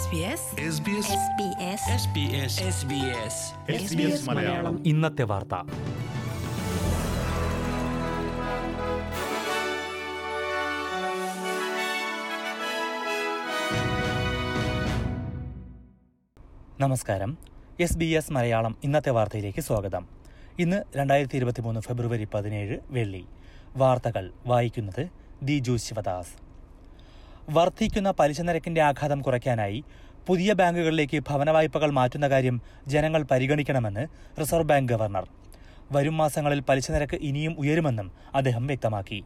SBS S B S SBS Malayalam ഇന്നത്തെ വാർത്ത നമസ്കാരം എസ് ബി എസ് മലയാളം ഇന്നത്തെ വാർത്തയിലേക്ക് സ്വാഗതം ഇന്ന് രണ്ടായിരത്തി ഇരുപത്തി മൂന്ന് ഫെബ്രുവരി പതിനേഴ് വെള്ളി വാർത്തകൾ വായിക്കുന്നത് ദിജു ശിവദാസ് വർദ്ധിക്കുന്ന പലിശ നിരക്കിന്റെ ആഘാതം കുറയ്ക്കാനായി പുതിയ ബാങ്കുകളിലേക്ക് ഭവന വായ്പകൾ മാറ്റുന്ന കാര്യം ജനങ്ങൾ പരിഗണിക്കണമെന്ന് റിസർവ് ബാങ്ക് ഗവർണർ വരും മാസങ്ങളിൽ പലിശ നിരക്ക് ഇനിയും ഉയരുമെന്നും അദ്ദേഹം വ്യക്തമാക്കി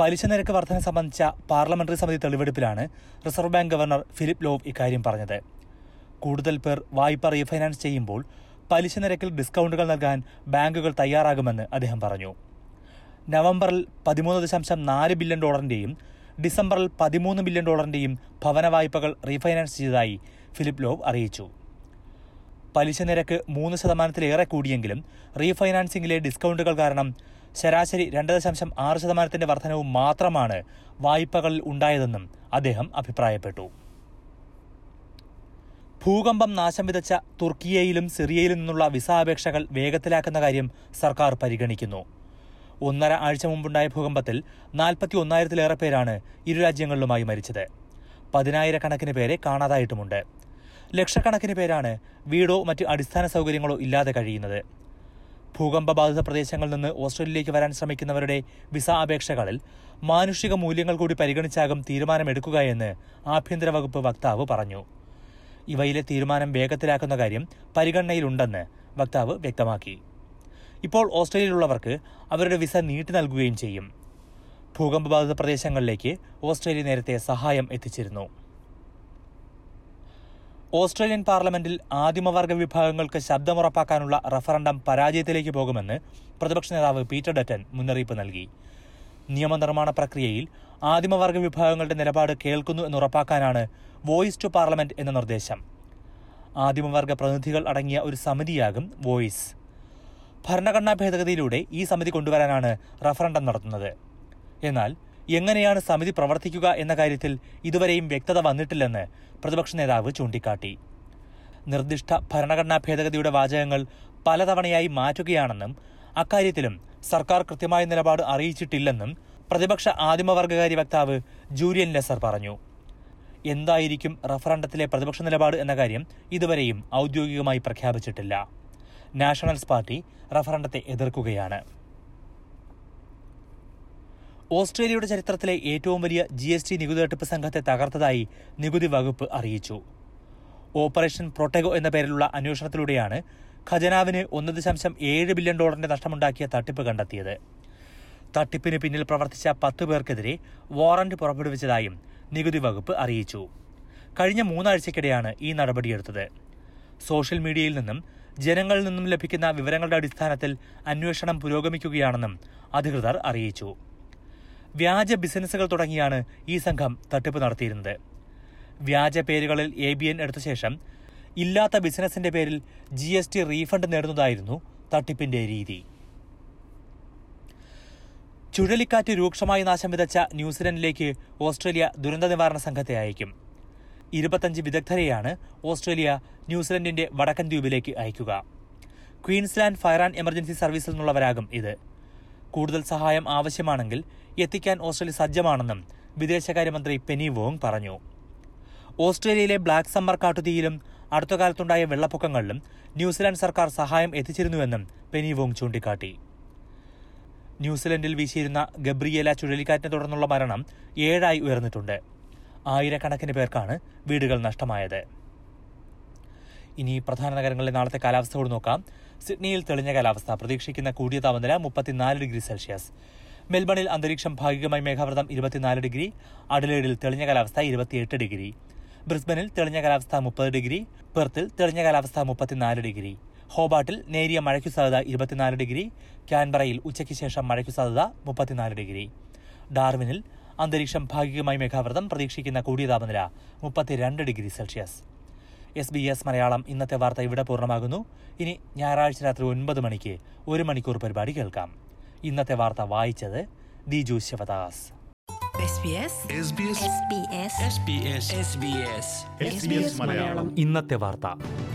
പലിശ നിരക്ക് വർധന സംബന്ധിച്ച പാർലമെന്ററി സമിതി തെളിവെടുപ്പിലാണ് reserve bank governor Philip Lowe ഇക്കാര്യം പറഞ്ഞത് കൂടുതൽ പേർ വായ്പ റീഫൈനാൻസ് ചെയ്യുമ്പോൾ പലിശ നിരക്കിൽ ഡിസ്കൗണ്ടുകൾ നൽകാൻ ബാങ്കുകൾ തയ്യാറാകുമെന്ന് അദ്ദേഹം പറഞ്ഞു നവംബറിൽ പതിമൂന്ന് ദശാംശം നാല് ബില്യൺ ഡോളറിന്റെയും ഡിസംബറിൽ പതിമൂന്ന് ബില്യൺ ഡോളറിന്റെയും ഭവന വായ്പകൾ റീഫൈനാൻസ് ചെയ്തതായി ഫിലിപ്പ് ലോവ് അറിയിച്ചു പലിശ നിരക്ക് മൂന്ന് ശതമാനത്തിലേറെ കൂടിയെങ്കിലും റീഫൈനാൻസിംഗിലെ ഡിസ്കൗണ്ടുകൾ കാരണം ശരാശരി രണ്ട് ദശാംശം ആറ് ശതമാനത്തിന്റെ വർധനവും മാത്രമാണ് വായ്പകളിൽ ഉണ്ടായതെന്നും അദ്ദേഹം അഭിപ്രായപ്പെട്ടു ഭൂകമ്പം നാശം വിതച്ച തുർക്കിയയിലും സിറിയയിലും നിന്നുള്ള വിസ അപേക്ഷകൾ വേഗത്തിലാക്കുന്ന കാര്യം സർക്കാർ പരിഗണിക്കുന്നു ഒന്നര ആഴ്ച മുമ്പുണ്ടായ ഭൂകമ്പത്തിൽ നാൽപ്പത്തി ഒന്നായിരത്തിലേറെ പേരാണ് ഇരു രാജ്യങ്ങളിലുമായി മരിച്ചത് പതിനായിരക്കണക്കിന് പേരെ കാണാതായിട്ടുമുണ്ട് ലക്ഷക്കണക്കിന് പേരാണ് വീടോ മറ്റ് അടിസ്ഥാന സൗകര്യങ്ങളോ ഇല്ലാതെ കഴിയുന്നത് ഭൂകമ്പ ബാധിത പ്രദേശങ്ങളിൽ നിന്ന് ഓസ്ട്രേലിയയിലേക്ക് വരാൻ ശ്രമിക്കുന്നവരുടെ വിസ അപേക്ഷകളിൽ മാനുഷിക മൂല്യങ്ങൾ കൂടി പരിഗണിച്ചാകും തീരുമാനമെടുക്കുകയെന്ന് ആഭ്യന്തര വകുപ്പ് വക്താവ് പറഞ്ഞു ഇവയിലെ തീരുമാനം വേഗത്തിലാക്കുന്ന കാര്യം പരിഗണനയിലുണ്ടെന്ന് വക്താവ് വ്യക്തമാക്കി ഇപ്പോൾ ഓസ്ട്രേലിയയിലുള്ളവർക്ക് അവരുടെ വിസ നീട്ടി നൽകുകയും ചെയ്യും ഭൂകമ്പബാധിത പ്രദേശങ്ങളിലേക്ക് ഓസ്ട്രേലിയ നേരത്തെ സഹായം എത്തിച്ചിരുന്നു ഓസ്ട്രേലിയൻ പാർലമെന്റിൽ ആദിമവർഗ വിഭാഗങ്ങൾക്ക് ശബ്ദമുറപ്പാക്കാനുള്ള റഫറണ്ടം പരാജയത്തിലേക്ക് പോകുമെന്ന് പ്രതിപക്ഷ നേതാവ് പീറ്റർ ഡറ്റൻ മുന്നറിയിപ്പ് നൽകി നിയമനിർമ്മാണ പ്രക്രിയയിൽ ആദിമവർഗ വിഭാഗങ്ങളുടെ നിലപാട് കേൾക്കുന്നു എന്നുറപ്പാക്കാനാണ് വോയിസ് ടു പാർലമെന്റ് എന്ന നിർദ്ദേശം ആദിമവർഗ പ്രതിനിധികൾ അടങ്ങിയ ഒരു സമിതിയാകും വോയിസ് ഭരണഘടനാ ഭേദഗതിയിലൂടെ ഈ സമിതി കൊണ്ടുവരാനാണ് റഫറണ്ടം നടത്തുന്നത് എന്നാൽ എങ്ങനെയാണ് സമിതി പ്രവർത്തിക്കുക എന്ന കാര്യത്തിൽ ഇതുവരെയും വ്യക്തത വന്നിട്ടില്ലെന്ന് പ്രതിപക്ഷ നേതാവ് ചൂണ്ടിക്കാട്ടി നിർദ്ദിഷ്ട ഭരണഘടനാ ഭേദഗതിയുടെ വാചകങ്ങൾ പലതവണയായി മാറ്റുകയാണെന്നും അക്കാര്യത്തിലും സർക്കാർ കൃത്യമായ നിലപാട് അറിയിച്ചിട്ടില്ലെന്നും പ്രതിപക്ഷ ആദിമവർഗകാരി വക്താവ് ജൂലിയൻ ലെസർ പറഞ്ഞു എന്തായിരിക്കും റഫറണ്ടത്തിലെ പ്രതിപക്ഷ നിലപാട് എന്ന കാര്യം ഇതുവരെയും ഔദ്യോഗികമായി പ്രഖ്യാപിച്ചിട്ടില്ല നാഷണൽസ് പാർട്ടി റഫറണ്ടത്തെ എതിർക്കുകയാണ് ഓസ്ട്രേലിയയുടെ ചരിത്രത്തിലെ ഏറ്റവും വലിയ ജി എസ് ടി നികുതി തട്ടിപ്പ് സംഘത്തെ തകർത്തതായി നികുതി വകുപ്പ് അറിയിച്ചു ഓപ്പറേഷൻ പ്രൊട്ടഗോ എന്ന പേരിലുള്ള അന്വേഷണത്തിലൂടെയാണ് ഖജനാവിന് ഒന്ന് ദശാംശം ഏഴ് ബില്യൺ ഡോളറിന്റെ നഷ്ടമുണ്ടാക്കിയ തട്ടിപ്പ് കണ്ടെത്തിയത് തട്ടിപ്പിന് പിന്നിൽ പ്രവർത്തിച്ച പത്ത് പേർക്കെതിരെ വാറന്റ് പുറപ്പെടുവിച്ചതായും നികുതി വകുപ്പ് അറിയിച്ചു കഴിഞ്ഞ മൂന്നാഴ്ചക്കിടെയാണ് ഈ നടപടിയെടുത്തത് സോഷ്യൽ മീഡിയയിൽ നിന്നും ജനങ്ങളിൽ നിന്നും ലഭിക്കുന്ന വിവരങ്ങളുടെ അടിസ്ഥാനത്തിൽ അന്വേഷണം പുരോഗമിക്കുകയാണെന്നും അധികൃതർ അറിയിച്ചു വ്യാജ ബിസിനസ്സുകൾ തുടങ്ങിയാണ് ഈ സംഘം തട്ടിപ്പ് നടത്തിയിരുന്നത് വ്യാജ പേരുകളിൽ എ ബി എൻ എടുത്ത ശേഷം ഇല്ലാത്ത ബിസിനസിന്റെ പേരിൽ ജി എസ് ടി റീഫണ്ട് നേടുന്നതായിരുന്നു തട്ടിപ്പിന്റെ രീതി ചുഴലിക്കാറ്റ് രൂക്ഷമായി നാശം വിതച്ച ന്യൂസിലൻഡിലേക്ക് ഓസ്ട്രേലിയ ദുരന്ത നിവാരണ സംഘത്തെ അയക്കും ഇരുപത്തഞ്ച് വിദഗ്ധരെയാണ് ഓസ്ട്രേലിയ ന്യൂസിലൻഡിന്റെ വടക്കൻ ദ്വീപിലേക്ക് അയക്കുക ക്വീൻസ്ലാൻഡ് ഫയർ ആൻഡ് എമർജൻസി സർവീസിൽ നിന്നുള്ളവരാകും ഇത് കൂടുതൽ സഹായം ആവശ്യമാണെങ്കിൽ എത്തിക്കാൻ ഓസ്ട്രേലിയ സജ്ജമാണെന്നും വിദേശകാര്യമന്ത്രി പെനി വോങ് പറഞ്ഞു ഓസ്ട്രേലിയയിലെ ബ്ലാക്ക് സമ്മർ കാട്ടുതീയിലും അടുത്ത കാലത്തുണ്ടായ വെള്ളപ്പൊക്കങ്ങളിലും ന്യൂസിലാൻഡ് സർക്കാർ സഹായം എത്തിച്ചിരുന്നുവെന്നും പെനി വോങ് ചൂണ്ടിക്കാട്ടി ന്യൂസിലൻഡിൽ വീശിയിരുന്ന ഗബ്രിയേല ചുഴലിക്കാറ്റിനെ തുടർന്നുള്ള മരണം ഏഴായി ഉയർന്നിട്ടുണ്ട് ആയിരക്കണക്കിന് പേർക്കാണ് വീടുകൾ നഷ്ടമായത് ഇനി പ്രധാന നഗരങ്ങളിലെ നാളത്തെ കാലാവസ്ഥ കൂടി നോക്കാം സിഡ്നിയിൽ തെളിഞ്ഞ കാലാവസ്ഥ പ്രതീക്ഷിക്കുന്ന കൂടിയ താപനില മുപ്പത്തിനാല് ഡിഗ്രി സെൽഷ്യസ് മെൽബണിൽ അന്തരീക്ഷം ഭാഗികമായി മേഘാവൃതം ഇരുപത്തിനാല് ഡിഗ്രി അഡലേഡിൽ തെളിഞ്ഞ കാലാവസ്ഥ ഇരുപത്തിയെട്ട് ഡിഗ്രി ബ്രിസ്ബനിൽ തെളിഞ്ഞ കാലാവസ്ഥ മുപ്പത് ഡിഗ്രി പെർത്തിൽ തെളിഞ്ഞ കാലാവസ്ഥ മുപ്പത്തിനാല് ഡിഗ്രി ഹോബാട്ടിൽ നേരിയ മഴയ്ക്കു സാധ്യത ഇരുപത്തിനാല് ഡിഗ്രി ക്യാൻബറയിൽ ഉച്ചയ്ക്ക് ശേഷം മഴയ്ക്കു സാധ്യത മുപ്പത്തിനാല് ഡിഗ്രി ഡാർവിനിൽ അന്തരീക്ഷം ഭാഗികമായി മേഘാവൃതം പ്രതീക്ഷിക്കുന്ന കൂടിയ താപനില മുപ്പത്തിരണ്ട് degree Celsius S B S Malayalam ഇന്നത്തെ വാർത്ത ഇവിടെ പൂർണ്ണമാകുന്നു ഇനി ഞായറാഴ്ച രാത്രി ഒൻപത് മണിക്ക് ഒരു മണിക്കൂർ പരിപാടി കേൾക്കാം ഇന്നത്തെ വാർത്ത വായിച്ചത് Diju Sivadas SBS S B S SBS SBS SBS SBS Malayalam ഇന്നത്തെ വാർത്ത